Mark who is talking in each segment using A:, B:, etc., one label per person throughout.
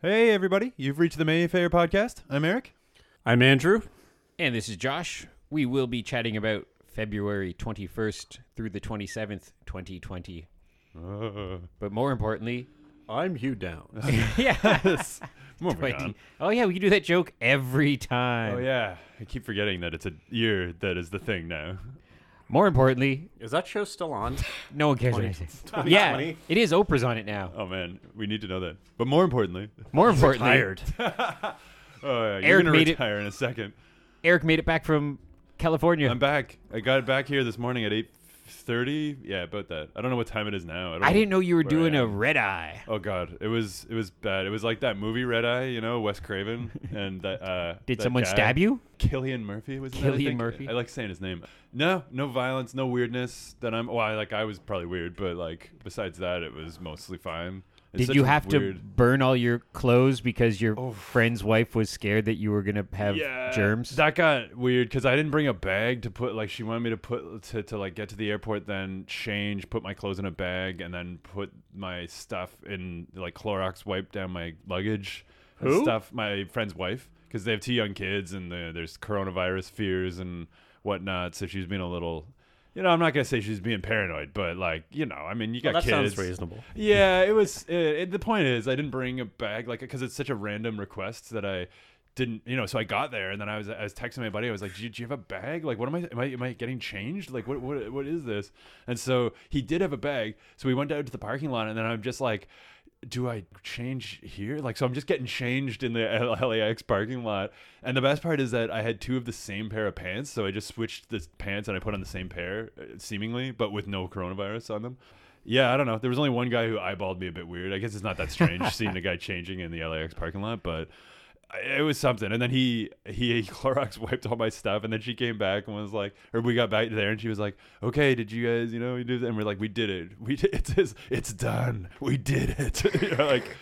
A: Hey, everybody. You've reached the Mayfair podcast. I'm Eric.
B: I'm Andrew.
C: And this is Josh. We will be chatting about February 21st through the 27th, 2020. But more importantly,
B: I'm Hugh Downs.
C: yeah.
A: Moving
C: 20
A: on.
C: oh, yeah, we can do that joke every time.
A: Oh, yeah. I keep forgetting that it's a year that is the thing now.
C: More importantly,
B: Is that show still on?
C: no one cares what I say. Yeah, it is Oprah's on it now.
A: Oh, man. We need to know that. But more importantly,
C: More importantly,
A: oh, yeah, you're
C: Eric
A: going
C: made
A: to
C: it-
A: retire in a second.
C: Eric made it back from California.
A: I'm back. I got back here this morning at 8.30. Yeah, about that. I don't know what time it is now. I, don't
C: I didn't know you were
A: where I
C: doing a
A: am.
C: red eye.
A: Oh god, it was it was bad. It was like that movie Red Eye, you know, Wes Craven, and that. Uh,
C: Did
A: that
C: someone
A: guy-
C: stab you?
A: Killian Murphy was in that, I
C: Cillian
A: think.
C: Murphy?
A: I like saying his name. No, no violence, no weirdness. That I'm. Well, I, like I was probably weird, but like besides that, it was mostly fine. It's
C: Did
A: such
C: you
A: a
C: have to
A: weird-
C: burn all your clothes because your friend's wife was scared that you were going to have
A: Yeah,
C: germs?
A: That got weird because I didn't bring a bag to put. Like she wanted me to put to, to like get to the airport, then change, put my clothes in a bag, and then put my stuff in like Clorox wipe down my luggage. and
B: Who?
A: Stuff. My friend's wife because they have two young kids and the, there's coronavirus fears and whatnot. So she's being a little. You know, I'm not gonna say she's being paranoid, but like, you know, I mean, you got
B: that
A: kids.
B: sounds reasonable.
A: Yeah, it was. It, it, the point is, I didn't bring a bag, like, because it's such a random request that I didn't, you know. So I got there, and then I was, I was texting my buddy. I was like, "Do you, do you have a bag? Like, what am I? Am I, am I getting changed? Like, what, what, what is this?" And so he did have a bag. So we went out to the parking lot, and then I'm just like. Do I change here? Like, so I'm just getting changed in the L- LAX parking lot. And the best part is that I had two of the same pair of pants. So I just switched the pants and I put on the same pair, uh, seemingly, but with no coronavirus on them. Yeah, I don't know. There was only one guy who eyeballed me a bit weird. I guess it's not that strange seeing a guy changing in the LAX parking lot, but I- it was something. And then he he Clorox wiped all my stuff, and then she came back and was like, or we got back there, and she was like, "Okay, did you guys, you know, you do?" That? And we're like, "We did it. We did it. It's, it's done. We did it." You know, like.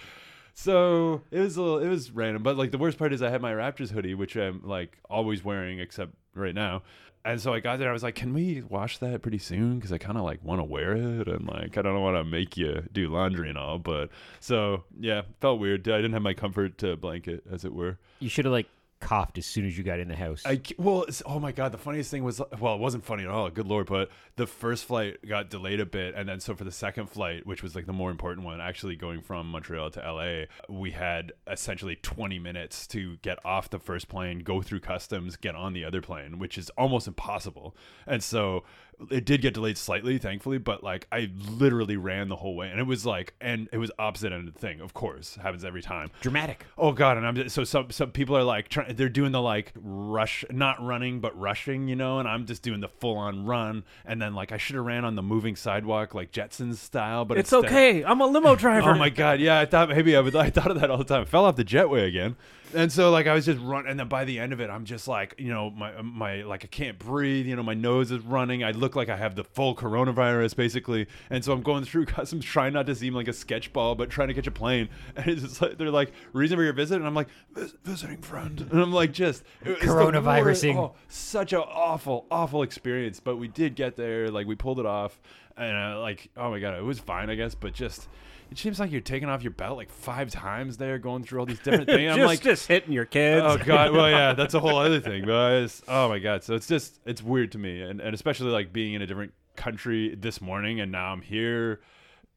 A: So it was a little, it was random, but like the worst part is I had my Raptors hoodie, which I'm like always wearing except right now. And so I got there, I was like, "Can we wash that pretty soon? Because I kind of like want to wear it, and like I don't want to make you do laundry and all." But so yeah, felt weird. I didn't have my comfort uh, blanket, as it were.
C: You should have like coughed as soon as you got in the house.
A: I c- well, it's, oh my god, the funniest thing was well, it wasn't funny at all. Good lord, but the first flight got delayed a bit, and then so for the second flight, which was like the more important one, actually going from Montreal to LA, we had essentially 20 minutes to get off the first plane, go through customs, get on the other plane, which is almost impossible. And so it did get delayed slightly, thankfully, but like I literally ran the whole way, and it was like, and it was opposite end of the thing. Of course, happens every time.
C: Dramatic.
A: Oh god, and I'm just, so some some people are like trying they're doing the like rush not running but rushing, you know, and I'm just doing the full on run and then like I should have ran on the moving sidewalk like Jetsons style, but
B: It's
A: instead-
B: okay. I'm a limo driver.
A: Oh my god, yeah, I thought maybe I would I thought of that all the time. Fell off the jetway again. And so like I was just run and then by the end of it I'm just like, you know, my my like I can't breathe, you know, my nose is running. I look like I have the full coronavirus basically. And so I'm going through customs trying not to seem like a sketchball but trying to catch a plane. And it's just like they're like reason for your visit and I'm like "Vis- visiting friend. And I'm like just it was the
C: Coronavirusing.
A: worst- oh, such an awful, awful experience. But we did get there. Like we pulled it off, and uh, like oh my god, it was fine, I guess. But just it seems like you're taking off your belt like five times there, going through all these different things.
B: Just,
A: I'm like,
B: just hitting your kids.
A: oh god, well yeah, that's a whole other thing. But it's, oh my god, so it's just it's weird to me, and and especially like being in a different country this morning, and now I'm here.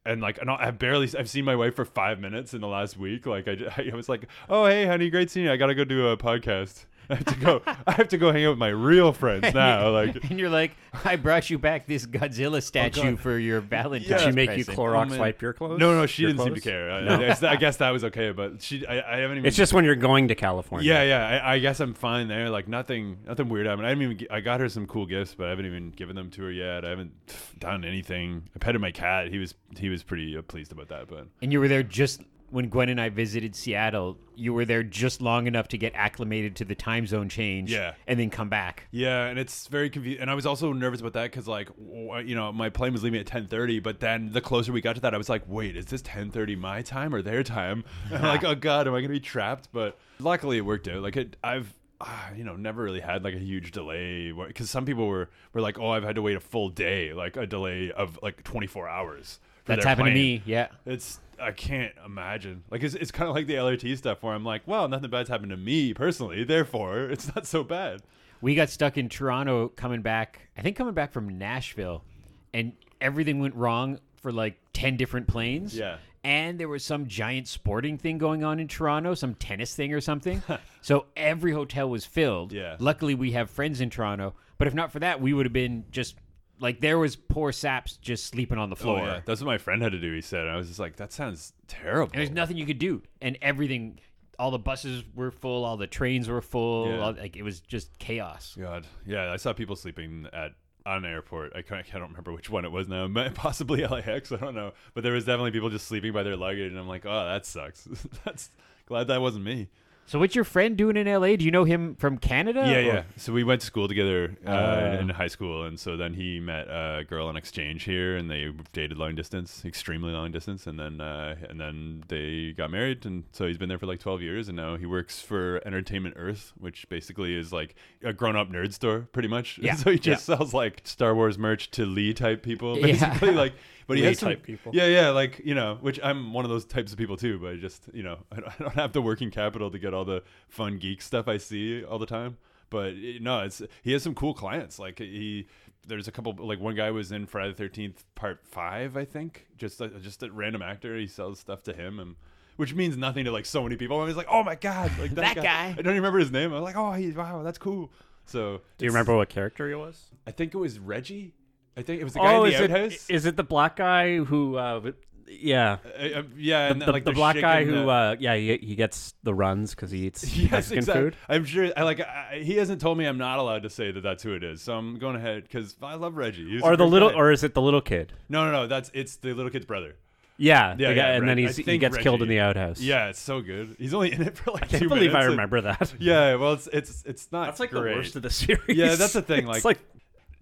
A: And like, and I barely, I've seen my wife for five minutes in the last week. Like, I, j- I was like, "Oh, hey, honey, great seeing you. I gotta go do a podcast. I have to go. I have to go hang out with my real friends now." Like,
C: and you're like, I brought you back this
A: Oh,
C: Godzilla statue for your Valentine's.
A: Did
B: Did she make you
C: present."
B: Clorox
A: oh, man.
B: wipe your clothes?
A: No, no, she
B: Your
A: didn't seem to
B: clothes?
A: care. I- I, guess- I guess that was okay, but she, I, I haven't even.
B: It's just when you're going to California.
A: yeah, yeah. I, I guess I'm fine there. Like nothing, nothing weird happened. I didn't even. gi- I got her some cool gifts, but I haven't even given them to her yet. I haven't done anything. I petted my cat. He was, he was pretty uh, pleased about that. But
C: And you were there just when Gwen and I visited Seattle. You were there just long enough to get acclimated to the time zone change.
A: Yeah.
C: And then come back.
A: Yeah, and it's very confusing. And I was also nervous about that because, like, w- uh, you know, my plane was leaving at ten thirty. But then the closer we got to that, I was like, "Wait, is this ten thirty my time or their time?" And I'm like, "Oh God, am I gonna be trapped?" But luckily, it worked out. Like, it, I've, ah, you know, never really had like a huge delay because some people were were like, "Oh, I've had to wait a full day, like a delay of like twenty four hours." for
C: That's
A: their
C: happened to
A: plane."
C: me. Yeah.
A: It's I can't imagine. Like it's it's kind of like the LRT stuff where I'm like, well, nothing bad's happened to me personally, therefore it's not so bad.
C: we got stuck in Toronto coming back, I think coming back from Nashville, and everything went wrong for like 10 different planes.
A: Yeah.
C: And there was some giant sporting thing going on in Toronto, some tennis thing or something. so every hotel was filled.
A: Yeah.
C: Luckily, we have friends in Toronto, but if not for that, we would have been just like there was poor Saps just sleeping on the floor.
A: Oh, yeah. That's what my friend had to do. He said, I was just like, that sounds terrible.
C: And there's nothing you could do. And everything, all the buses were full, all the trains were full.
A: Yeah.
C: all- like it was just chaos.
A: God, yeah, I saw people sleeping at on an airport. I can't, I don't remember which one it was now. Ma- Possibly LAX. I don't know, but there was definitely people just sleeping by their luggage, and I'm like, oh, that sucks. That's glad that wasn't me.
C: So what's your friend doing in LA? Do you know him from Canada?
A: Yeah,
C: or- Oh,
A: yeah. So we went to school together uh, in high school, and so then he met a girl on exchange here, and they dated long distance, extremely long distance, and then uh, and then they got married, and so he's been there for like twelve years, and now he works for Entertainment Earth, which basically is like a grown-up nerd store, pretty much.
C: Yeah,
A: so he just sells like Star Wars merch to Lee type people,
C: Yeah.
A: basically. Like, but he
B: Lee
A: has some,
B: type people.
A: Yeah, yeah. Like you know, which I'm one of those types of people too, but I just you know, I don't, I don't have the working capital to get all the fun geek stuff I see all the time but it- no, it's he has some cool clients. Like he, there's a couple. Like one guy was in Friday the Thirteenth Part Five, I think. Just a, just a random actor. He sells stuff to him, and which means nothing to like so many people. I was like, oh my god, like
C: That
A: I
C: guy.
A: don't even remember his name. I was like, oh, he, wow, that's cool. So
B: Do you remember what character he was?
A: I think it was Reggie. I think it was the guy in the
B: Oh, is
A: outhouse.
B: it is it the black guy who? Uh, w- yeah,
A: Uh, uh, yeah, and
B: the,
A: then, like
B: the
A: they're
B: black guy
A: shaking
B: who?
A: the-
B: Uh, yeah, he, he gets the runs because he eats
A: Yes,
B: Mexican
A: exactly.
B: food.
A: I'm sure. I like. I, he hasn't told me I'm not allowed to say that that's who it is. So I'm going ahead because I love Reggie. He was a
B: Or the
A: great
B: little,
A: guy.
B: or is it the little kid?
A: No, no, no. That's it's the little kid's brother.
B: Yeah,
A: Yeah,
B: the guy,
A: yeah,
B: and then
A: Reg-
B: he's,
A: I
B: he
A: think
B: gets killed in
A: Reggie-
B: the outhouse.
A: Yeah, it's so good. He's only in it for like
B: I can't
A: two
B: believe I
A: minutes, and-
B: remember that.
A: yeah, well, it's it's it's not.
B: That's like
A: great.
B: the worst of the series.
A: Yeah, that's the thing, like-
B: it's like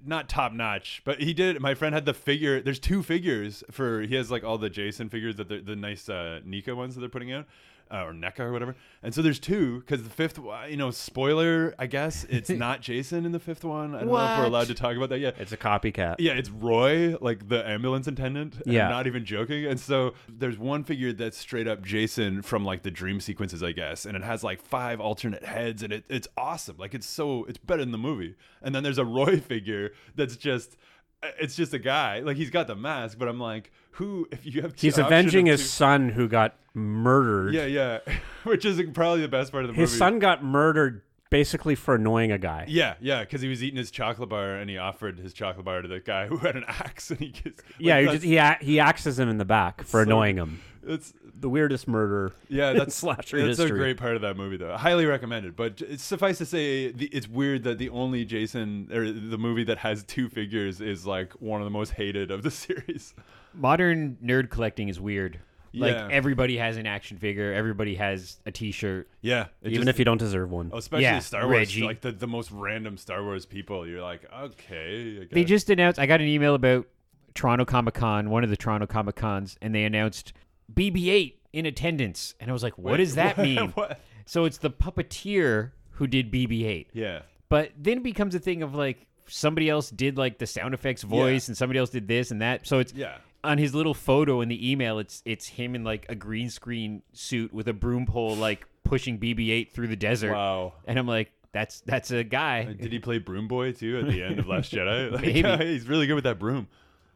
A: Not top notch, but he did. My friend had the figure. There's two figures for he has like all the Jason figures that they're, the nice uh, Nika ones that they're putting out. Uh, or NECA or whatever, and so there's two because the fifth, one- you know, spoiler. I guess it's not Jason in the fifth one. I don't know if we're
C: What?
A: allowed to talk about that yet.
B: it's a copycat.
A: Yeah, it's Roy, like the ambulance attendant. and
B: Yeah.
A: I'm not even joking. And so there's one figure that's straight up Jason from like the dream sequences, I guess. And it has like five alternate heads and it, it's awesome. Like it's so, it's better than the movie. And then there's a Roy figure that's just, uh, it's just a guy. Like he's got the mask, but I'm like, who, if you have two
B: He's
A: option
B: avenging
A: of
B: his
A: two-
B: son who got murdered.
A: Yeah, yeah. Which is probably the best part of the
B: His
A: movie.
B: son got murdered basically for annoying a guy.
A: Yeah, yeah, because he was eating his chocolate bar and he offered his chocolate bar to the guy who had an axe and he gets.
B: Yeah,
A: like,
B: he, just, he a- he axes him in the back for annoying him.
A: It's
B: The weirdest murder.
A: Yeah, that's
B: slasher
A: That's a
B: history.
A: great part of that movie, though. Highly recommended. But it's, suffice to say, the, it's weird that the only Jason or the movie that has two figures is like one of the most hated of the series.
C: Modern nerd collecting is weird. Like
A: Yeah.
C: everybody has an action figure, everybody has a T-shirt.
A: Yeah, it
B: Even
A: just-
B: if you don't deserve one.
A: oh, especially
C: Yeah,
A: Star Wars,
C: Reggie.
A: like the, the most random Star Wars people, you're like, okay, I guess.
C: They just announced. I got an email about Toronto Comic Con, one of the Toronto Comic Cons, and they announced BB-8 in attendance, and I was like, "What does that mean?"
A: What?
C: So it's the puppeteer who did BB-8.
A: Yeah,
C: But then it becomes a thing of like somebody else did like the sound effects voice and somebody else did this and that. So it's
A: Yeah.
C: on his little photo in the email it's it's him in like a green screen suit with a broom pole like pushing BB8 through the desert.
A: wow. Uh,
C: And I'm like that's that's a guy.
A: Did he play Broom Boy too at the end of Last Jedi? Like,
C: Maybe.
A: he's really good with that broom.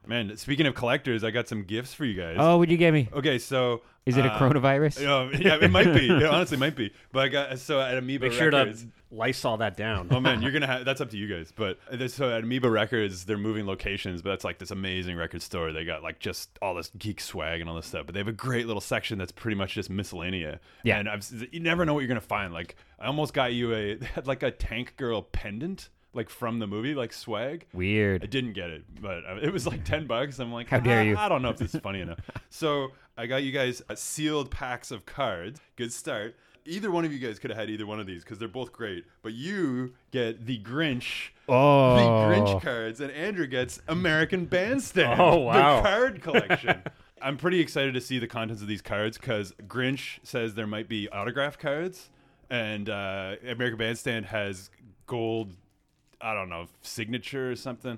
A: Man, speaking of collectors, I got some gifts for you guys.
C: Oh, would you get me?
A: Okay, so
C: Is it a
A: uh,
C: coronavirus?
A: Yeah, yeah, it might be. It honestly might be. But I got so at Amoeba
B: Make sure to
A: Records.
B: Lysol that down.
A: Oh man, you're gonna have that's up to you guys. But there's- so at Amoeba Records, they're moving locations, but that's like this amazing record store. They got like just all this geek swag and all this stuff. But they have a great little section that's pretty much just miscellanea.
C: Yeah.
A: and I've, s- you never know what you're gonna find. Like I almost got you a they had like a tank girl pendant, like from the movie, like swag. I
C: Weird.
A: didn't get it, but uh, it was like 10 bucks. I'm like,
C: How dare
A: "Ah,
C: you."
A: I don't know if this is funny enough. So I got you guys uh, sealed packs of cards. Good start. Either one of you guys could have had either one of these because they're both great, but you get the Grinch. The
C: Oh.
A: Grinch cards, and Andrew gets American Bandstand.
B: Oh,
A: The
B: wow.
A: card collection. I'm pretty excited to see the contents of these cards because Grinch says there might be autograph cards, and uh, American Bandstand has gold I don't know, signature or something.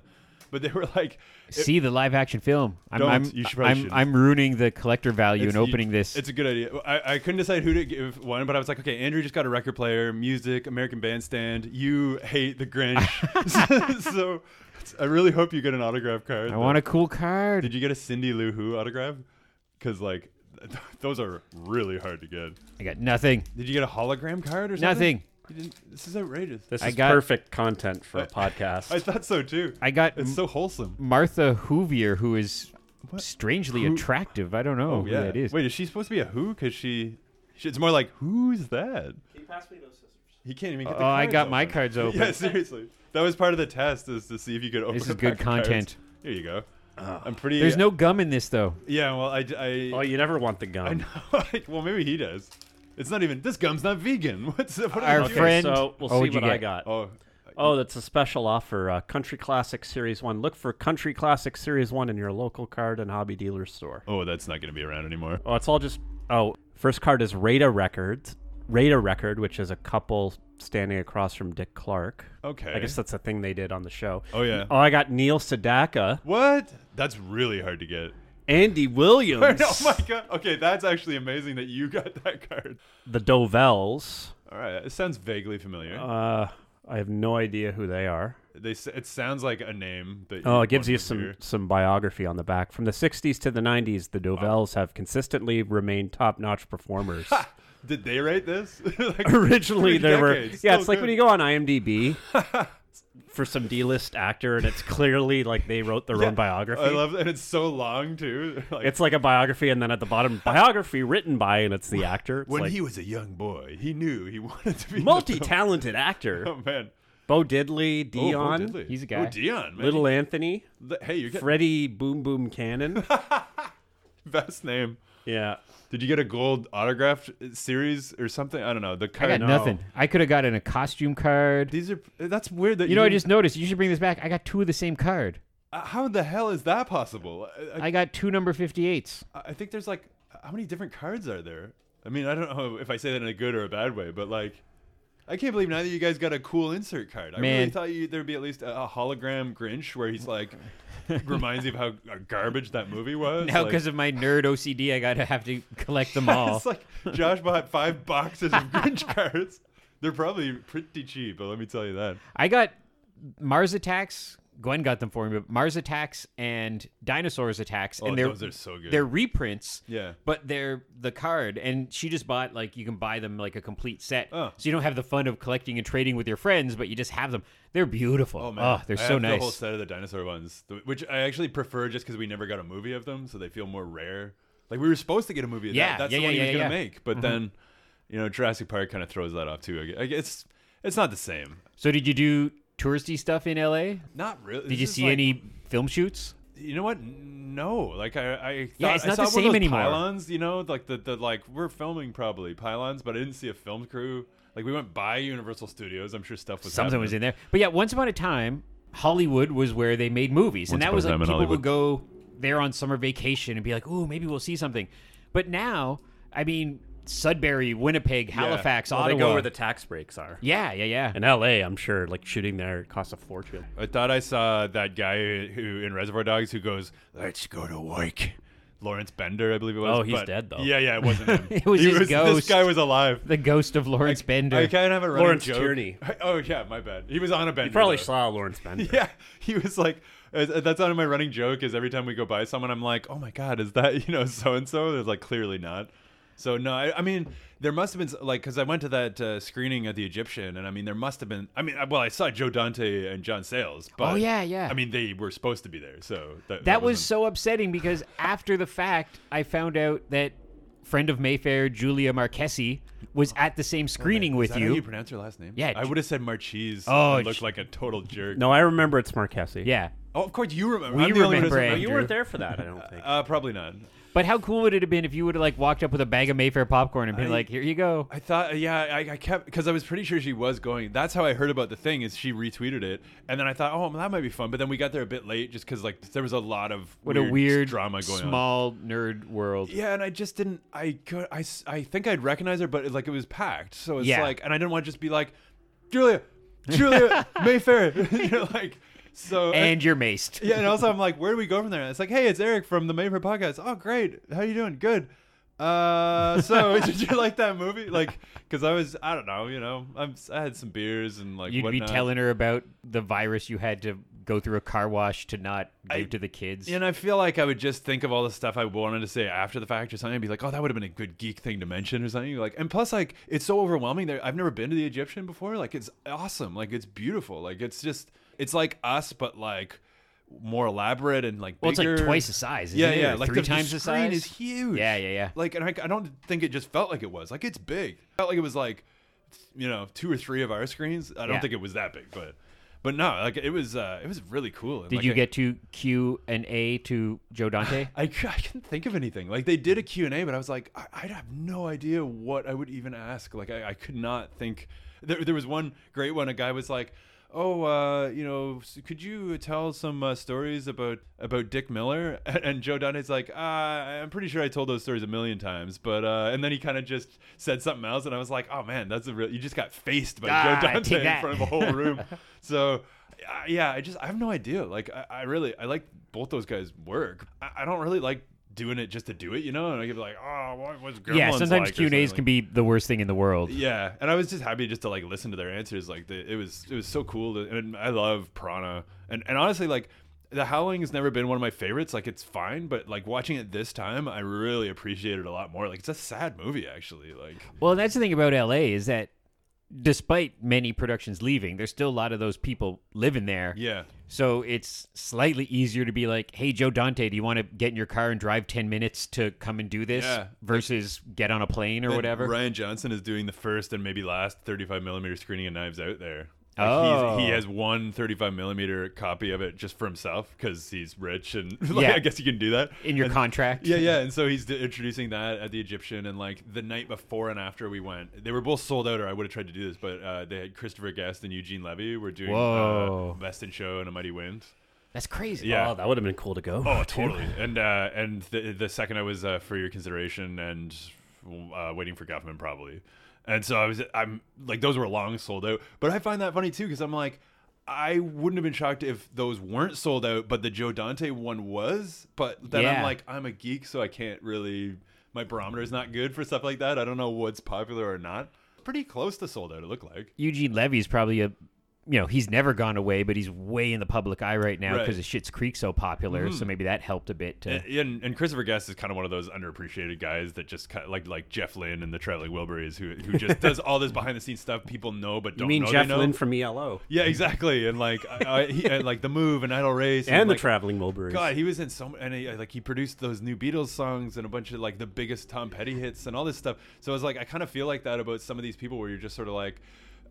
A: But they were like, it-
C: See the live action film. I'm,
A: Don't.
C: I'm,
A: You should probably
C: I'm,
A: shouldn't.
C: I'm ruining the collector value
A: It's-
C: in
A: you-
C: opening this.
A: It's a good idea. I, I couldn't decide who to give one, but I was like, okay, Andrew just got a record player, music, American Bandstand. You hate the Grinch, so I really hope you get an autograph card.
C: I want a cool card.
A: Did you get a Cindy Lou Who autograph? Because like, th- those are really hard to get.
C: I got nothing.
A: Did you get a hologram card or something?
C: Nothing.
A: You didn't- This is outrageous.
B: This
C: I
B: is
C: got-
B: perfect content for a podcast.
A: I thought so too.
C: I got
A: It's
C: M-
A: so wholesome.
C: Martha Hoovier, who is
A: What?
C: strangely
A: Who-
C: attractive. I don't know who that is.
A: Wait, is she supposed to be a who? Because she, she, it's more like who's that? He can't even get. the
C: Oh, I
A: cards
C: got my
A: open.
C: cards open.
A: Yeah, seriously. That was part of the test is to see if you could open.
C: This
A: a
C: is good
A: pack of cards.
C: content.
A: Here you go. I'm pretty.
C: There's no gum in this though.
A: Yeah, well, I, I,
B: oh, you never want the
A: I
B: gun.
A: know. like, well, maybe he does. It's not even. This gum's not vegan. What's what are
C: Our
B: Okay,
A: you-
C: friend-
B: So we'll see
C: Oh, what'd you
B: what I
C: get?
B: got.
A: Oh,
B: Oh, that's a special offer. Uh, Country Classic Series 1. Look for Country Classic Series 1 in your local card and hobby dealer store.
A: oh, that's not gonna be around anymore.
B: Oh, it's all just. Oh, first card is Rada Records. Rada Record, which is a couple standing across from Dick Clark.
A: Okay.
B: I guess that's a thing they did on the show.
A: Oh, yeah.
B: Oh, I got Neil Sedaka,
A: What? That's really hard to get.
B: Andy Williams,
A: Oh my god. Okay, that's actually amazing that you got that card.
B: the Dovells.
A: All right, it sounds vaguely familiar.
B: Uh, I have no idea who they are.
A: they s- it sounds like a name that.
B: Oh,
A: you'd
B: it gives
A: want
B: you
A: to
B: some
A: hear.
B: some biography on the back. From the 60s to the 90s, the Dovells have consistently remained top-notch performers.
A: Did they write this? Like, three
B: Originally, there were
A: decades.
B: yeah.
A: Still
B: It's like
A: good.
B: when you go on IMDb for some D-list actor, and it's clearly like they wrote their own biography.
A: I love and it's so long too. Like,
B: it's like a biography, and then at the bottom, biography written by, and it's the actor. It's
A: when
B: like,
A: he was a young boy, he knew he wanted to be in the film.
B: multi-talented actor.
A: Oh man,
B: Bo Diddley,
A: Oh, Bo
B: Dion,
A: Diddley.
C: he's a
A: Oh,
C: guy.
A: Dion, man.
B: Little Anthony,
A: Li- hey, you get
B: Freddie Boom Boom Cannon.
A: best name.
B: yeah.
A: Did you get a gold autographed uh, series or something? I don't know. The
C: I
A: card,
C: got nothing. I could have gotten a costume card.
A: These are that's weird. That
C: You know, I just noticed. You should bring this back. I got two of the same card.
A: Uh, how the hell is that possible? I,
C: I got two number 58s.
A: I, I think there's like how many different cards are there? I mean, I don't know if I say that in a good or a bad way, but like. I can't believe neither of you guys got a cool insert card. I really
C: Man.
A: thought you, there'd be at least a, a hologram Grinch where he's like, reminds you of how garbage that movie was.
C: Now,
A: Like-
C: because of my nerd OCD, I gotta have to collect them all.
A: it's like Josh bought five boxes of Grinch cards. They're probably pretty cheap, but let me tell you that.
C: I got Mars Attacks. Gwen got them for me, but Mars Attacks and Dinosaurs Attacks,
A: Oh,
C: and they're
A: those are so good.
C: They're reprints.
A: Yeah.
C: But they're the card, and she just bought like you can buy them like a complete set,
A: Oh.
C: so you don't have the fun of collecting and trading with your friends, but you just have them. They're beautiful. Oh, they're
A: I
C: so
A: have
C: nice.
A: The whole set of the dinosaur ones, th- which I actually prefer, just because we never got a movie of them, so they feel more rare. Like we were supposed to get a movie of
C: Yeah,
A: that. That's
C: yeah,
A: the one
C: yeah,
A: he was
C: yeah, Mm-hmm.
A: gonna
C: yeah.
A: make, but then, you know, Jurassic Park kind of throws that off too. I gue- I guess it's it's not the same.
C: So did you do touristy stuff in LA?
A: Not really.
C: Did you see any film shoots?
A: You know what? No. Like I, I thought,
C: Yeah, it's
A: I saw
C: not the
A: one of
C: same
A: those
C: anymore.
A: Pylons, you know, like the, the like we're filming probably pylons, but I didn't see a film crew. Like we went by Universal Studios. I'm sure stuff was
C: Something
A: happening.
C: was in there. But yeah, once upon a time, Hollywood was where they made movies,
A: Once
C: and that
A: upon
C: was
A: a
C: like
A: time in
C: people
A: Hollywood.
C: would go there on summer vacation and be like, "Ooh, maybe we'll see something." But now, I mean, Sudbury, Winnipeg, Halifax,
B: Well,
C: Ottawa.
B: they go where the tax breaks are.
C: yeah, yeah, yeah.
B: In LA, I'm sure like shooting there costs a fortune.
A: I thought I saw that guy who in Reservoir Dogs who goes, "Let's go to work." Lawrence Bender, I believe it was.
B: Oh, he's
A: but-
B: dead, though.
A: Yeah, yeah, it wasn't him.
C: It was
A: He
C: his
A: This
C: ghost.
A: guy was alive.
C: The ghost of Lawrence Bender.
A: I kind of have a running
B: Lawrence
A: joke.
B: Tierney.
A: Oh yeah, my bad. He was on a Bender.
B: You probably
A: though.
B: saw Lawrence Bender.
A: Yeah, he was like, uh, that's on my running joke is every time we go by someone, I'm like, oh my god, is that you know so and so? They're like, clearly not. So no, I, I mean, there must have been s- like because I went to that uh, screening at the Egyptian, and I mean, there must have been. I mean, I- well, I saw Joe Dante and John Sayles. But,
C: Oh, yeah, yeah.
A: I mean, they were supposed to be there, so that,
C: that was
A: wasn't-
C: so upsetting because after the fact, I found out that friend of Mayfair, Julia Marchesi, was at the same screening
A: Oh, Is
C: with
A: that how
C: you.
A: you pronounce her last name?
C: Yeah,
A: I
C: Ju-
A: would have said Marchese.
C: Oh,
A: Oh, looked
C: Ju-
A: like a total jerk.
B: No, I remember it's Marquesi.
C: Yeah.
A: Oh, of course you remember.
C: We
A: I'm the only one who doesn't
C: remember
A: remember.
C: Andrew.
B: You weren't there for that, I don't think.
A: Uh, probably not.
C: But how cool would it have been if you would have like walked up with a bag of Mayfair popcorn and been
A: I-
C: like, "Here you go."
A: I thought, uh, yeah, I, I kept because I was pretty sure she was going. That's how I heard about the thing is she retweeted it, and then I thought, oh, that might be fun. But then we got there a bit late just because like there was a lot of
C: What
A: weird
C: a weird
A: drama going on.
C: small nerd world.
A: Yeah, and I just didn't. I could. I, s- I think I'd recognize her, but it, like it was packed, so it's
C: Yeah.
A: like, and I didn't want to just be like, Julia, Julia Mayfair. You're like, So
C: and you're maced.
A: yeah, and also I'm like, where do we go from there? And it's like, hey, it's Eric from the Mayfair podcast. Oh, great. How you doing? Good. Uh, so did you like that movie? Like, because I was, I don't know, you know, I'm, I had some beers and like,
C: You'd be
A: whatnot.
C: telling her about the virus you had to go through a car wash to not give
A: I-
C: to the kids.
A: And I feel like I would just think of all the stuff I wanted to say after the fact or something. I'd be like, oh, that would have been a good geek thing to mention or something. Like, and plus, like, it's so overwhelming. There, I've never been to the Egyptian before. Like, it's awesome. Like, it's beautiful. Like, it's just, it's like us, but like more elaborate and like
C: well, it's like
A: bigger.
C: twice the size. Isn't
A: yeah,
C: it?
A: yeah.
C: Or
A: Like
C: three
A: the,
C: times
A: the
C: the
A: screen
C: size.
A: is huge.
C: Yeah, yeah, yeah.
A: Like, and I, I don't think it just felt like it was. Like, it's big. It felt like it was like, you know, two or three of our screens. I don't
C: Yeah.
A: think it was that big, but. But no, like it was, uh, it was really cool. And,
C: Did
A: like,
C: you
A: I-
C: get to Q and A to Joe Dante?
A: I, cou- I couldn't think of anything. Like they did a Q&A, but I was like, I, I have no idea what I would even ask. Like I, I could not think. There, there was one great one. A guy was like, oh, uh, you know, s- could you tell some uh, stories about about Dick Miller? And, and Joe Dante's like, uh, I'm pretty sure I told those stories a million times. But uh, and then he kind of just said something else. And I was like, oh, man, that's a real. You just got faced by
C: Ah,
A: Joe
C: take
A: Dante in
C: that.
A: front of a whole room. so I- yeah, I just I have no idea. Like I, I really I like both those guys' work. I, I don't really like doing it just to do it, you know. And I could be like, oh, what was Gremlins
C: yeah, sometimes
A: like?
C: Q and A's can be the worst thing in the world.
A: Yeah, and I was just happy just to like listen to their answers. Like the, it was it was so cool, to, and I love Prana. And and honestly, like the Howling has never been one of my favorites. Like it's fine, but like watching it this time, I really appreciate it a lot more. Like it's a sad movie, actually. Like
C: Well, that's the thing about LA is that despite many productions leaving, there's still a lot of those people living there.
A: yeah,
C: So it's slightly easier to be like, "Hey, Joe Dante, do you want to get in your car and drive ten minutes to come and do this?"
A: Yeah.
C: Versus get on a plane or
A: And
C: whatever.
A: Ryan Johnson is doing the first and maybe last 35 millimeter screening of Knives Out there. Like
C: Oh.
A: he's, he has one 35 millimeter copy of it just for himself because he's rich and like,
C: Yeah.
A: I guess you can do that.
C: In your
A: And-
C: contract.
A: yeah, yeah. And so he's d- introducing that at the Egyptian, and like the night before and after we went, they were both sold out, or I would have tried to do this, but uh, they had Christopher Guest and Eugene Levy were doing uh,
C: Whoa.
A: Best in Show and A Mighty Wind.
C: That's crazy.
A: Yeah.
B: Oh, that would have been cool to go.
A: Oh, totally. And uh, and the, the second I was uh, for your consideration and uh, waiting for government probably, and so I was I'm like those were long sold out. But I find that funny too because I'm like I wouldn't have been shocked if those weren't sold out, but the Joe Dante one was. But then I'm
C: Yeah.
A: like I'm a geek, so I can't really my barometer is not good for stuff like that. I don't know what's popular or not. Pretty close to sold out, it looked like.
C: Eugene Levy's probably a, you know, he's never gone away, but he's way in the public eye right now
A: Right. Mm-hmm.
C: because of Shit's Creek so popular. So maybe that helped a bit. To,
A: And, Uh, and, and Christopher Guest is kind of one of those underappreciated guys that just kind like like Jeff Lynne and the Traveling Wilburys who who just does all this behind the scenes stuff people know but
B: You
A: don't
B: mean
A: know
B: Jeff
A: they know.
B: Lynn from E ELO
A: yeah, exactly. And like I, I, he, and like the move and Idle Race
B: and the
A: like,
B: Traveling Wilburys?
A: God, he was in so and he, like he produced those new Beatles songs and a bunch of like the biggest Tom Petty hits and all this stuff. So I was like, I kind of feel like that about some of these people where you're just sort of like,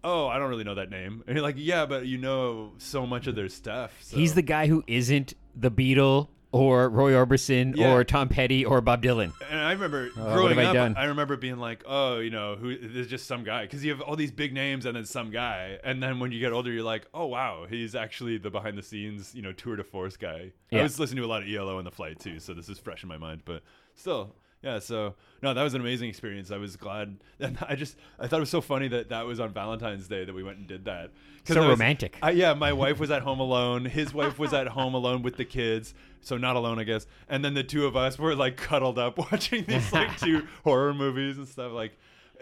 A: oh, I don't really know that name, and you're like, yeah, but you know so much of their stuff. So.
C: He's the guy who isn't the Beatle or Roy Orbison
A: Yeah.
C: or Tom Petty or Bob Dylan.
A: And I remember
C: Uh, what
A: growing
C: have I
A: up,
C: done?
A: I remember being like, oh, you know, who? There's just some guy because you have all these big names and then some guy, and then when you get older, you're like, oh wow, he's actually the behind the scenes, you know, tour de force guy. I
C: Yeah.
A: was listening to a lot of E ELO on the flight too, so this is fresh in my mind, but still. Yeah, so no, that was an amazing experience. I was glad, and I just I thought it was so funny that that was on Valentine's Day that we went and did that. 'Cause
C: So
A: I was-
C: romantic.
A: I, yeah, my wife was at home alone. His wife was at home alone with the kids. So not alone, I guess. And then the two of us were like cuddled up watching these like two horror movies and stuff. Like,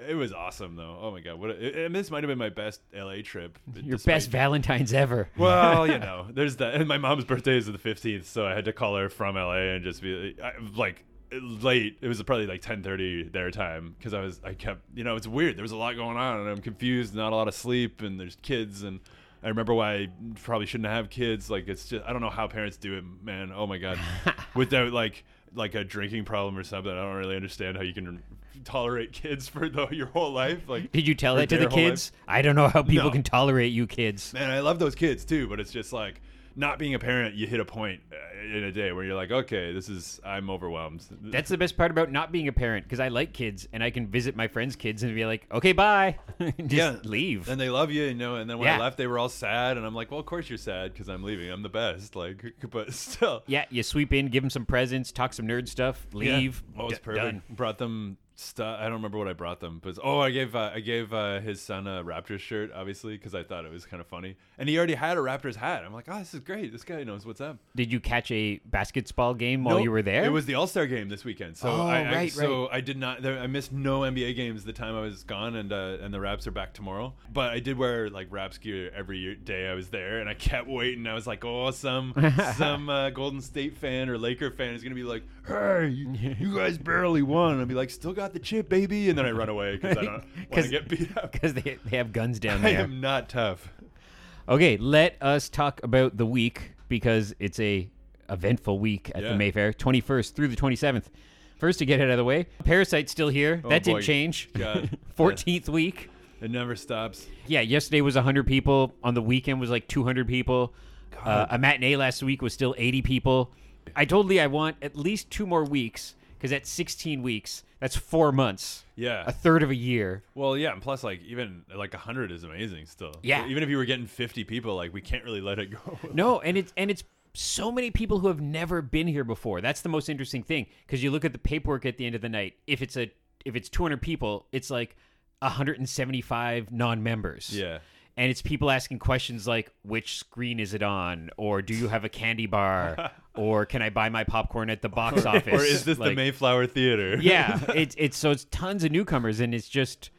A: it was awesome though. Oh my god, what? A, and this might have been my best LA trip.
C: Your
A: despite-
C: best Valentine's ever.
A: well, you know, there's that. And my mom's birthday is the 15th, so I had to call her from LA and just be I, like late. It was probably like 10:30 their time because I was I kept you know it's weird. There was a lot going on and I'm confused. Not a lot of sleep and there's kids and I remember why I probably shouldn't have kids. Like it's just I don't know how parents do it, man. Oh my god, without like like a drinking problem or something. I don't really understand how you can tolerate kids for the, your whole life. Like
C: Did you tell
A: or
C: that to
A: their
C: the
A: whole life.
C: kids? I don't know how people
A: No.
C: can tolerate you kids.
A: Man, I love those kids too, but it's just like not being a parent, you hit a point uh, in a day where you're like, okay, this is, I'm overwhelmed.
C: That's the best part about not being a parent because I like kids and I can visit my friends' kids and be like, okay, bye. Just
A: Yeah.
C: leave.
A: and they love you, you know. And then when I
C: Yeah.
A: left, they were all sad, and I'm like, well, of course you're sad because I'm leaving. I'm the best, like, but still.
C: yeah, you sweep in, give them some presents, talk some nerd stuff, leave.
A: Oh, it's
C: d-
A: perfect.
C: done.
A: Brought them stuff. I don't remember what I brought them, but it's- oh, I gave uh, I gave uh, his son a Raptors shirt, obviously, because I thought it was kind of funny, and he already had a Raptors hat. I'm like, oh, this is great. This guy knows what's up.
C: Did you catch a basketball game while
A: Nope.
C: you were there?
A: It was the All Star game this weekend, so
C: Oh,
A: I, I
C: right,
A: so I did not. There, I missed no NBA games the time I was gone, and uh, and the Raps are back tomorrow. But I did wear like Raps gear every year, day I was there, and I kept waiting. I was like, oh, some some uh, Golden State fan or Laker fan is gonna be like, hey, you, you guys barely won. I'd be like, still got the chip, baby, and then I run away because I don't want
C: 'Cause-
A: to get beat up.
C: because they, they have guns down
A: I
C: there.
A: am not tough.
C: Okay, let us talk about the week because it's a eventful week at
A: Yeah.
C: the Mayfair, 21st through the 27th. First to get it out of the way, Parasite's still here. that
A: Oh, boy.
C: didn't change.
A: God.
C: 14th week.
A: It never stops.
C: Yeah, yesterday was 100 people. On the weekend was like 200 people. Uh, a matinee last week was still 80 people. I told Lee I want at least two more weeks because that's 16 weeks. That's four months,
A: Yeah.
C: a third of a year.
A: Well, yeah, and plus, like even like hundred is amazing still.
C: Yeah.
A: So even if you were getting fifty people, like we can't really let it go.
C: No, and it's and it's so many people who have never been here before. That's the most interesting thing because you look at the paperwork at the end of the night. If it's a if it's 200 people, it's like 175 non-members.
A: yeah.
C: And it's people asking questions like which screen is it on or do you have a candy bar or can I buy my popcorn at the box office?
A: Or is this the
C: Like-
A: Mayflower Theater?
C: yeah, it's it's so it's tons of newcomers, and it's just,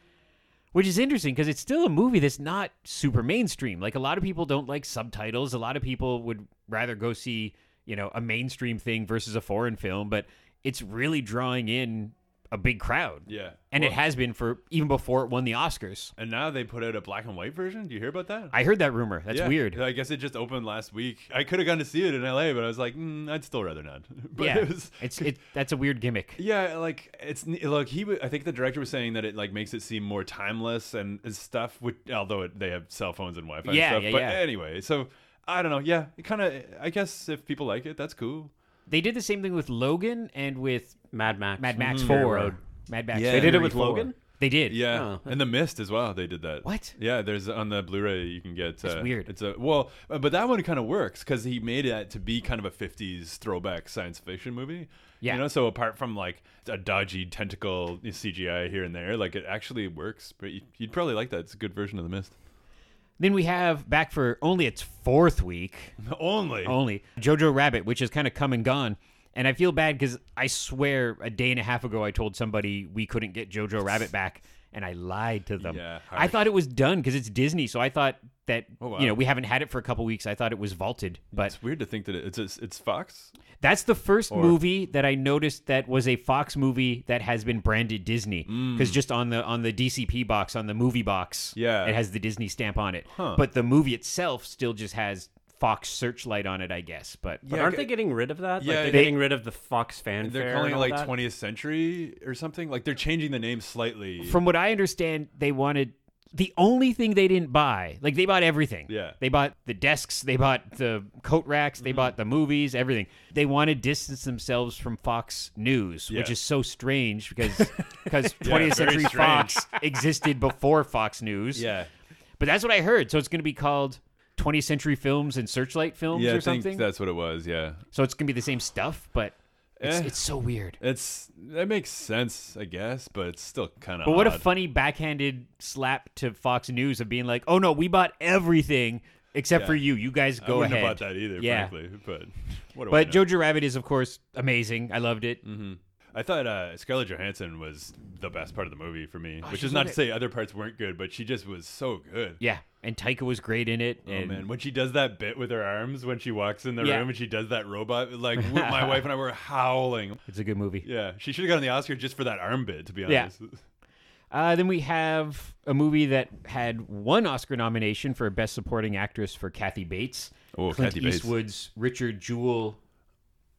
C: which is interesting because it's still a movie that's not super mainstream. Like a lot of people don't like subtitles. A lot of people would rather go see you know a mainstream thing versus a foreign film, but it's really drawing in a big crowd.
A: Yeah.
C: and it has been for even before it won the Oscars.
A: And now they put out a black and white version. Do you hear about that?
C: I heard that rumor. That's
A: Yeah.
C: weird.
A: I guess it just opened last week. I could have gone to see it in LA, but I was like, mm, I'd still rather not. But
C: yeah,
A: it was
C: it's it. That's a weird gimmick.
A: Yeah, like it's look. He, w- I think the director was saying that it like makes it seem more timeless and and stuff. Which although it, they have cell phones and Wi-Fi,
C: Yeah,
A: and stuff,
C: yeah,
A: but
C: yeah.
A: anyway, so I don't know. Yeah, it kind of. I guess if people like it, that's cool.
C: They did the same thing with Logan and with
B: Mad Max.
C: Mad Max
B: Mhm. Fury
C: Four.
B: Road.
C: Mad Max.
A: Yeah.
B: They did it
C: Fury
B: with
C: 4.
B: Logan?
C: They did.
A: Yeah,
B: Oh.
A: and the mist as well. They did that.
C: What?
A: Yeah, there's on the Blu-ray you can get.
C: That's
A: uh,
C: weird.
A: It's a well, uh, but that one kind of works because he made it to be kind of a '50s throwback science fiction movie.
C: Yeah.
A: you know. So apart from like a dodgy tentacle CGI here and there, like it actually works. But you, you'd probably like that. It's a good version of the mist.
C: Then we have back for only its fourth week
A: Only.
C: only Jojo Rabbit, which has kind of come and gone. And I feel bad because I swear a day and a half ago I told somebody we couldn't get Jojo Rabbit back, and I lied to them.
A: Yeah,
C: I
A: harsh. Oh,
C: thought it was done because it's Disney, so I thought that you
A: wow.
C: know we haven't had it for a couple weeks. I thought it was vaulted, but
A: It's weird to think that it- it's it's, it's Fox.
C: that's the first movie that I noticed that was a Fox movie that has been branded Disney. Because just on the on the DCP box, on the movie box,
A: Yeah.
C: it has the Disney stamp on it. But the movie itself still just has Fox Searchlight on it, I guess. But
B: But aren't they getting rid of that?
A: Yeah,
B: like they're
A: they-
B: getting rid of the Fox fanfare.
A: They're calling
B: and
A: it
B: all
A: like
B: that?
A: 20th Century or something. Like they're changing the name slightly.
C: from what I understand, they wanted the only thing they didn't buy. Like they bought everything.
A: Yeah. Mm-hmm.
C: They bought the desks, they bought the coat racks, they bought the movies, everything. They want to distance themselves from Fox News, which
A: Yeah.
C: is so strange because because 20th
A: very
C: Century
A: strange.
C: Fox existed before Fox News.
A: yeah.
C: But that's what I heard. So it's going to be called 20th Century Films and Searchlight Films
A: Yeah, I
C: or
A: think
C: something.
A: that's what it was. Yeah.
C: So it's going to be the same stuff, but it's,
A: Eh.
C: it's so weird.
A: It's that makes sense, I guess, but it's still kind of.
C: But what a funny backhanded slap to Fox News of being like, "Oh no, we bought everything except for you. You guys
A: I
C: go
A: wouldn't
C: ahead."
A: have bought that either,
C: Yeah.
A: frankly. But what do I Mm-hmm.
C: But
A: know?
C: Jojo Rabbit is, of course, amazing. I loved it.
A: I thought uh, Scarlett Johansson was the best part of the movie for me, which
C: she's
A: is not
C: in
A: to
C: it.
A: say other parts weren't good, but she just was so good.
C: Yeah, and Taika was great in it.
A: Oh
C: and
A: man, when she does that bit with her arms when she walks in the
C: Yeah.
A: room and she does that robot, like w- my wife and I were howling.
C: it's a good movie.
A: Yeah, she should have gotten the Oscar just for that arm bit, to be
C: Yeah.
A: honest.
C: Uh, then we have a movie that had one Oscar nomination for Best Supporting Actress for Kathy Bates.
A: Oh,
C: Clint
A: Kathy Bates.
C: Eastwood's Richard Jewell.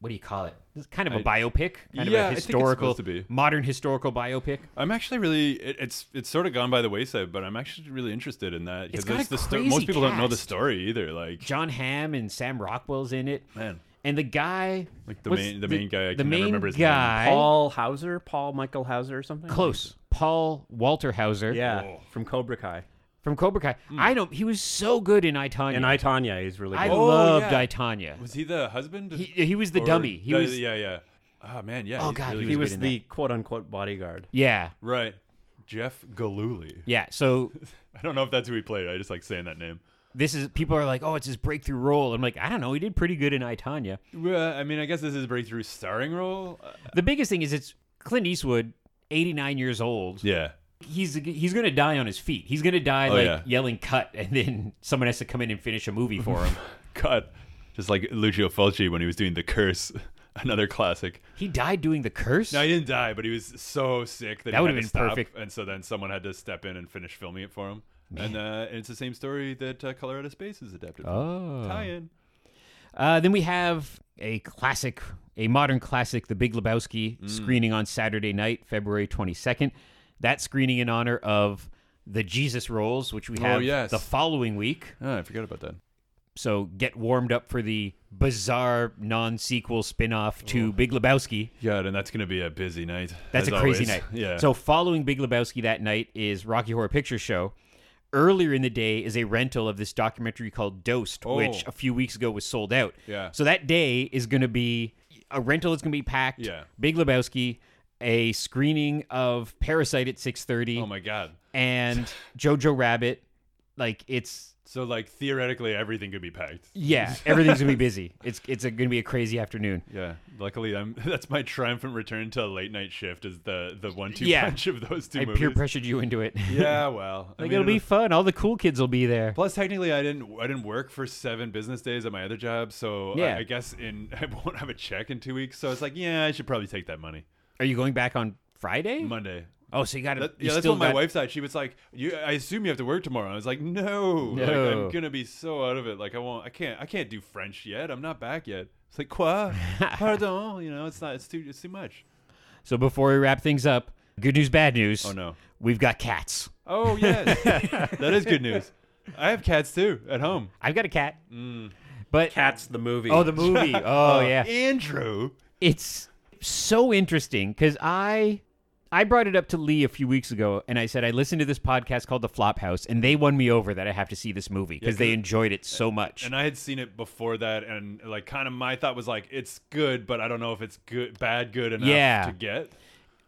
C: What do you call it? It's kind of a biopic, kind
A: Yeah, I
C: of a
A: think it's
C: historical,
A: supposed to be.
C: modern historical biopic.
A: I'm actually really it, it's it's sort of gone by the wayside, but I'm actually really interested in that
C: It's got a
A: the sto-
C: crazy
A: most people don't know the
C: cast.
A: story either. Like
C: John Hamm and Sam Rockwell's in it.
A: Man.
C: And the guy
A: Like the
C: what's
A: main- the main guy, I
C: the
A: can never
C: main
A: remember his name.
C: guy,
B: Paul Hauser, Paul Michael Hauser, or something.
C: close. Paul Walter Hauser
B: Yeah,
A: Oh.
B: from Cobra Kai.
C: from Cobra Kai.
A: Hmm.
C: I don't he was so good in I Tonya.
B: And I Tanya is really
C: I
B: good.
A: Oh,
C: loved
A: yeah.
C: I Tonya.
A: Was he the husband?
C: He, he was the
A: Or-
C: dummy. He
A: uh,
C: was
A: yeah, yeah. Oh man, yeah.
C: Oh,
A: he's
C: God,
A: really
C: he
B: He
A: good.
C: was
B: was
C: good in
B: the quote unquote bodyguard.
C: Yeah,
A: right. Jeff Galooly.
C: yeah. So
A: I don't know if that's who he played. I just like saying that name.
C: this is people are like, oh, it's his breakthrough role. I'm like, I don't know. He did pretty good in I Tonya.
A: Well, I mean, I guess this is breakthrough starring role. Uh,
C: The biggest thing is it's Clint Eastwood, 89 years old.
A: yeah.
C: He's he's gonna die on his feet. He's gonna die
A: Oh,
C: like
A: yeah.
C: yelling cut, and then someone has to come in and finish a movie for him.
A: Cut. Just like Lucio Fulci when he was doing The Curse, another classic.
C: he died doing the curse.
A: No, he didn't die, but he was so sick that,
C: That
A: he
C: would've
A: had to
C: been
A: stop,
C: perfect.
A: And so then someone had to step in and finish filming it for him. And uh, it's the same story that uh, Color Out of Space is adapted. from.
C: Oh.
A: Tie-in.
C: Uh, then we have a classic, a modern classic, The Big Lebowski,
A: Mm.
C: screening on Saturday night, February 22nd. That screening in honor of the Jesus Rolls, which we
A: Oh,
C: have
A: yes.
C: the following week.
A: Oh, I forgot about that.
C: So get warmed up for the bizarre non sequel spin off to Big Lebowski.
A: Yeah, and that's going to be a busy night.
C: That's
A: as
C: a crazy
A: always.
C: night.
A: Yeah.
C: So following Big Lebowski that night is Rocky Horror Picture Show. Earlier in the day is a rental of this documentary called Dosed,
A: Oh.
C: which a few weeks ago was sold out.
A: Yeah.
C: So that day is going to be a rental is going to be packed.
A: Yeah.
C: Big Lebowski, a screening of Parasite at six thirty,
A: oh my God.
C: and Jojo Rabbit. Like it's
A: So like theoretically, everything could be packed.
C: yeah, everything's gonna be busy. It's it's going to be a crazy afternoon.
A: Yeah. Luckily, I'm. That's my triumphant return to a late night shift. Is the the one two
C: Yeah.
A: punch of those two
C: I
A: movies.
C: peer pressured you into it.
A: yeah. Well. I
C: like
A: mean,
C: it'll be fun. All the cool kids will be there.
A: Plus, technically, I didn't I didn't work for seven business days at my other job, so I-
C: Yeah.
A: I, guess in I won't have a check in two weeks. So it's like, yeah, I should probably take that money
C: Are you going back on Friday?
A: Monday.
C: Oh, so you got to.
A: That- yeah, that's what my wife said. She was like, you, "I assume you have to work tomorrow." I was like, "No, Like,
C: No.
A: I'm gonna be so out of it. Like, I won't. I can't. I can't do French yet. I'm not back yet." It's like, "Quoi? Pardon? You know, it's not. It's too. It's too much."
C: So before we wrap things up, good news, bad news.
A: Oh no.
C: We've got cats.
A: Oh yes, that is good news. I have cats too at home.
C: I've got a cat.
A: Mm.
C: But
B: Cats, the movie.
C: Oh, the movie. Oh yeah.
A: Uh, Andrew.
C: It's so interesting because I. I brought it up to Lee a few weeks ago, and I said I listened to this podcast called The Flop House, and they won me over that I have to see this movie because
A: 'cause
C: they
A: it-
C: enjoyed it so much.
A: And I had seen it before that, and like kind of my thought was like, it's good, but I don't know if it's good, bad, good enough
C: Yeah.
A: to get.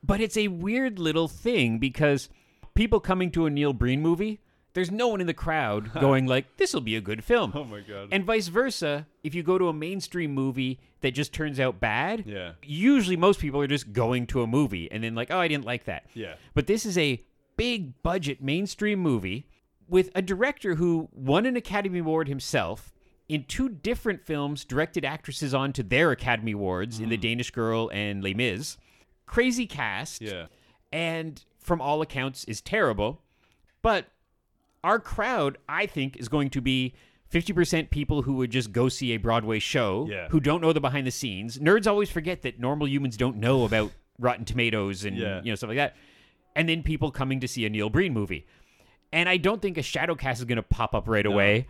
C: But it's a weird little thing because people coming to a Neil Breen movie, there's no one in the crowd going like, "This will be a good film."
A: Oh my god.
C: And vice versa, if you go to a mainstream movie that just turns out bad,
A: Yeah.
C: usually most people are just going to a movie and then like, "Oh, I didn't like that."
A: yeah.
C: But this is a big budget mainstream movie with a director who won an Academy Award himself in two different films, directed actresses on to their Academy Awards
A: Mm.
C: in The Danish Girl and Les Mis. Crazy cast
A: Yeah.
C: and from all accounts is terrible. But our crowd, I think, is going to be 50% people who would just go see a Broadway show
A: Yeah.
C: who don't know the behind the scenes. Nerds always forget that normal humans don't know about Rotten Tomatoes and
A: Yeah.
C: you know stuff like that. And then people coming to see a Neil Breen movie. And I don't think a shadow cast is going to pop up right away.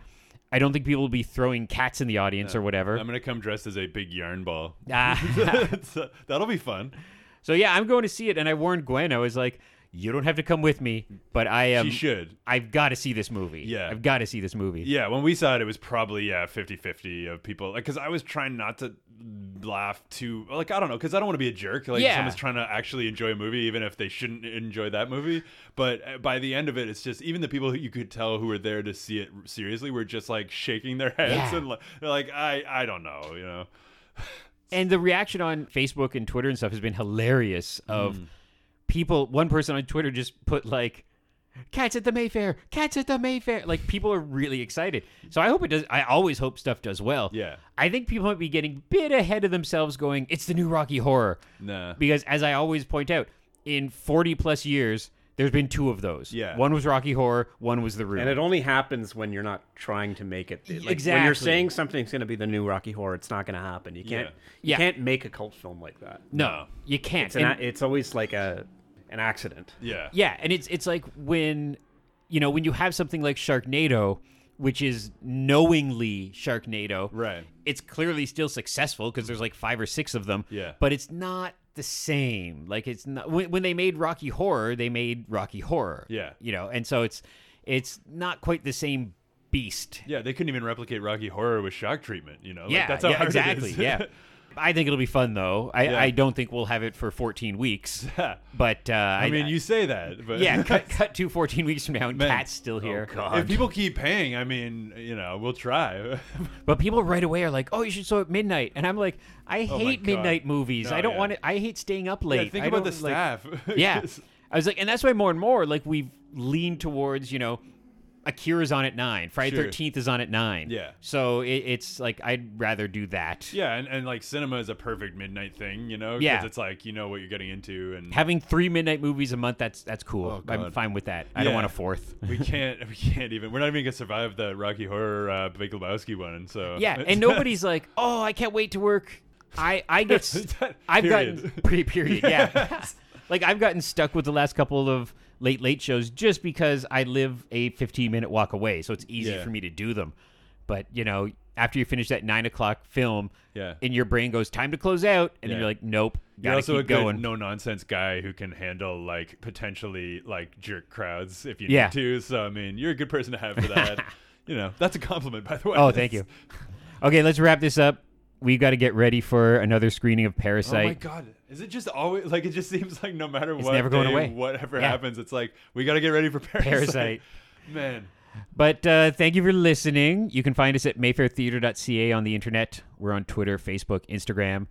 C: I don't think people will be throwing cats in the audience or whatever.
A: I'm gonna come dressed as a big yarn ball.
C: Ah.
A: So that'll be fun.
C: so yeah, I'm going to see it and I warned Gwen. I was like, you don't have to come with me, but I am
A: she should.
C: I've got to see this movie.
A: Yeah.
C: I've got to see this movie.
A: Yeah, when we saw it, it was probably yeah 50-50 of people. Like, cause I was trying not to laugh too. Like, I don't know, cause I don't want to be a jerk. Like,
C: Yeah.
A: someone's trying to actually enjoy a movie, even if they shouldn't enjoy that movie. But uh, by the end of it, it's just even the people who you could tell who were there to see it seriously were just like shaking their heads
C: Yeah.
A: and like, they're like, I, I don't know, you know.
C: And the reaction on Facebook and Twitter and stuff has been hilarious of
B: Mm.
C: people one person on Twitter just put like Cats at the Mayfair, cats at the Mayfair. Like people are really excited. So I hope it does I always hope stuff does well.
A: Yeah.
C: I think people might be getting a bit ahead of themselves going, it's the new Rocky horror.
A: Nah.
C: Because as I always point out, in forty plus years, there's been two of those.
A: Yeah.
C: One was Rocky Horror, one was the room.
B: And it only happens when you're not trying to make it. Like, When
C: Exactly.
B: you're saying something's going to be the new Rocky Horror, it's not going to happen. You can't.
A: Yeah.
B: You
C: Yeah.
B: can't make a cult film like that.
C: no, you can't.
B: It's an,
C: And-
B: a- it's always like a an accident.
A: Yeah.
C: Yeah, and it's it's like when you know when you have something like Sharknado, which is knowingly Sharknado,
A: Right.
C: It's clearly still successful because there's like five or six of them.
A: Yeah.
C: but it's not the same. Like it's not when, when they made Rocky Horror, they made Rocky Horror.
A: Yeah.
C: you know, and so it's it's not quite the same beast.
A: Yeah, they couldn't even replicate Rocky Horror with shock treatment, you know? Like,
C: yeah,
A: that's how
C: yeah,
A: hard it
C: exactly.
A: is.
C: yeah. I think it'll be fun though. I,
A: Yeah.
C: I don't think we'll have it for 14 weeks,
A: I,
C: but uh, I
A: mean, you say that, but
C: yeah, cut cut to 14 weeks from now, and
A: Man. Oh,
C: Cat's still here.
A: If people keep paying, I mean, you know, we'll try.
C: But people right away are like, "Oh, you should show at midnight," and I'm like, "I
A: Oh my
C: hate
A: God.
C: midnight movies.
A: No,
C: I don't
A: yeah.
C: want to. I hate staying up late.
A: yeah, think
C: I
A: about the
C: don't, like-
A: staff.
C: yeah,
A: 'Cause-
C: I was like, and that's why more and more like we've leaned towards you know, Akira's on at nine, Friday
A: Sure.
C: 13th is on at nine.
A: Yeah.
C: So it, it's like I'd rather do that.
A: yeah, and, and like cinema is a perfect midnight thing, you know? 'cause
C: Yeah.
A: it's like you know what you're getting into, and
C: Having three midnight movies a month, that's that's cool.
A: Oh,
C: I'm
A: God.
C: fine with that. I don't
A: Yeah.
C: want a fourth.
A: we can't, we can't even. We're not even gonna survive the Rocky Horror uh, Big Lebowski one. So
C: Yeah, and nobody's like, "Oh, I can't wait to work." I I get s- I've gotten
A: Period.
C: pretty period. Yeah. like I've gotten stuck with the last couple of late late shows just because I live a 15 minute walk away, so it's easy
A: Yeah.
C: for me to do them. But you know, after you finish that nine o'clock film,
A: Yeah.
C: and your brain goes time to close out, and
A: Yeah.
C: then you're like, nope,
A: You're
C: gotta
A: also
C: keep
A: a
C: going.
A: good no nonsense guy who can handle like potentially like jerk crowds if you
C: Yeah.
A: need to. So I mean, you're a good person to have for that. you know, that's a compliment by the way.
C: oh, thank you. Okay, let's wrap this up. We've got to get ready for another screening of
A: Oh my
C: Parasite.
A: god, is it just always like it just seems like no matter what,
C: never going
A: day,
C: away.
A: Whatever
C: Yeah.
A: happens, it's like we got to get ready for Parasite.
C: Parasite.
A: Man,
C: But uh, thank you for listening. You can find us at mayfairtheater.ca on the internet. We're on Twitter, Facebook, Instagram.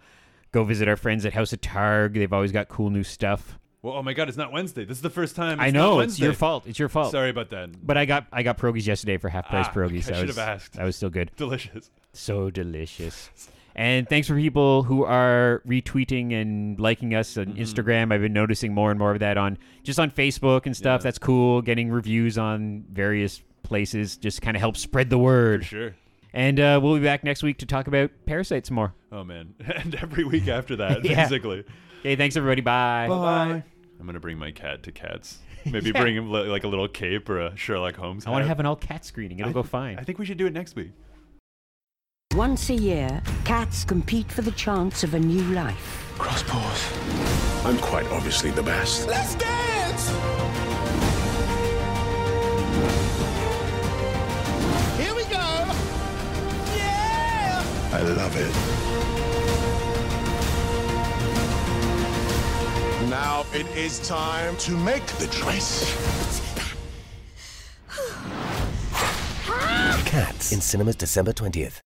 C: Go visit our friends at House of Targ. They've always got cool new stuff.
A: well, oh my god, it's not Wednesday. This is the first time.
C: I
A: not
C: know it's your
A: Wednesday.
C: fault. It's your fault.
A: Sorry about that.
C: But I got I got pierogies yesterday for half price
A: Ah,
C: pierogies.
A: I
C: That
A: should
C: was-
A: have asked.
C: That was still good.
A: Delicious.
C: So delicious. And thanks for people who are retweeting and liking us
A: Mm-hmm.
C: on Instagram. I've been noticing more and more of that on just on Facebook and stuff.
A: Yeah.
C: That's cool. Getting reviews on various places just kind of helps spread the word.
A: For sure.
C: And uh, we'll be back next week to talk about parasites more.
A: Oh man, and every week after that,
C: Yeah.
A: basically.
C: Okay, thanks everybody. Bye.
A: Bye. I'm gonna bring my cat to cats. Maybe
C: Yeah.
A: bring him li- like a little cape or a Sherlock Holmes.
C: I want to
A: hat.
C: have an all cat screening. It'll go fine.
A: I think we should do it next week.
D: Once a year, cats compete for the chance of a new life.
E: Cross paws. I'm quite obviously the best.
F: Let's dance! Here we go! Yeah!
E: I love it. Now it is time to make the choice.
G: Cats in cinemas December 20th.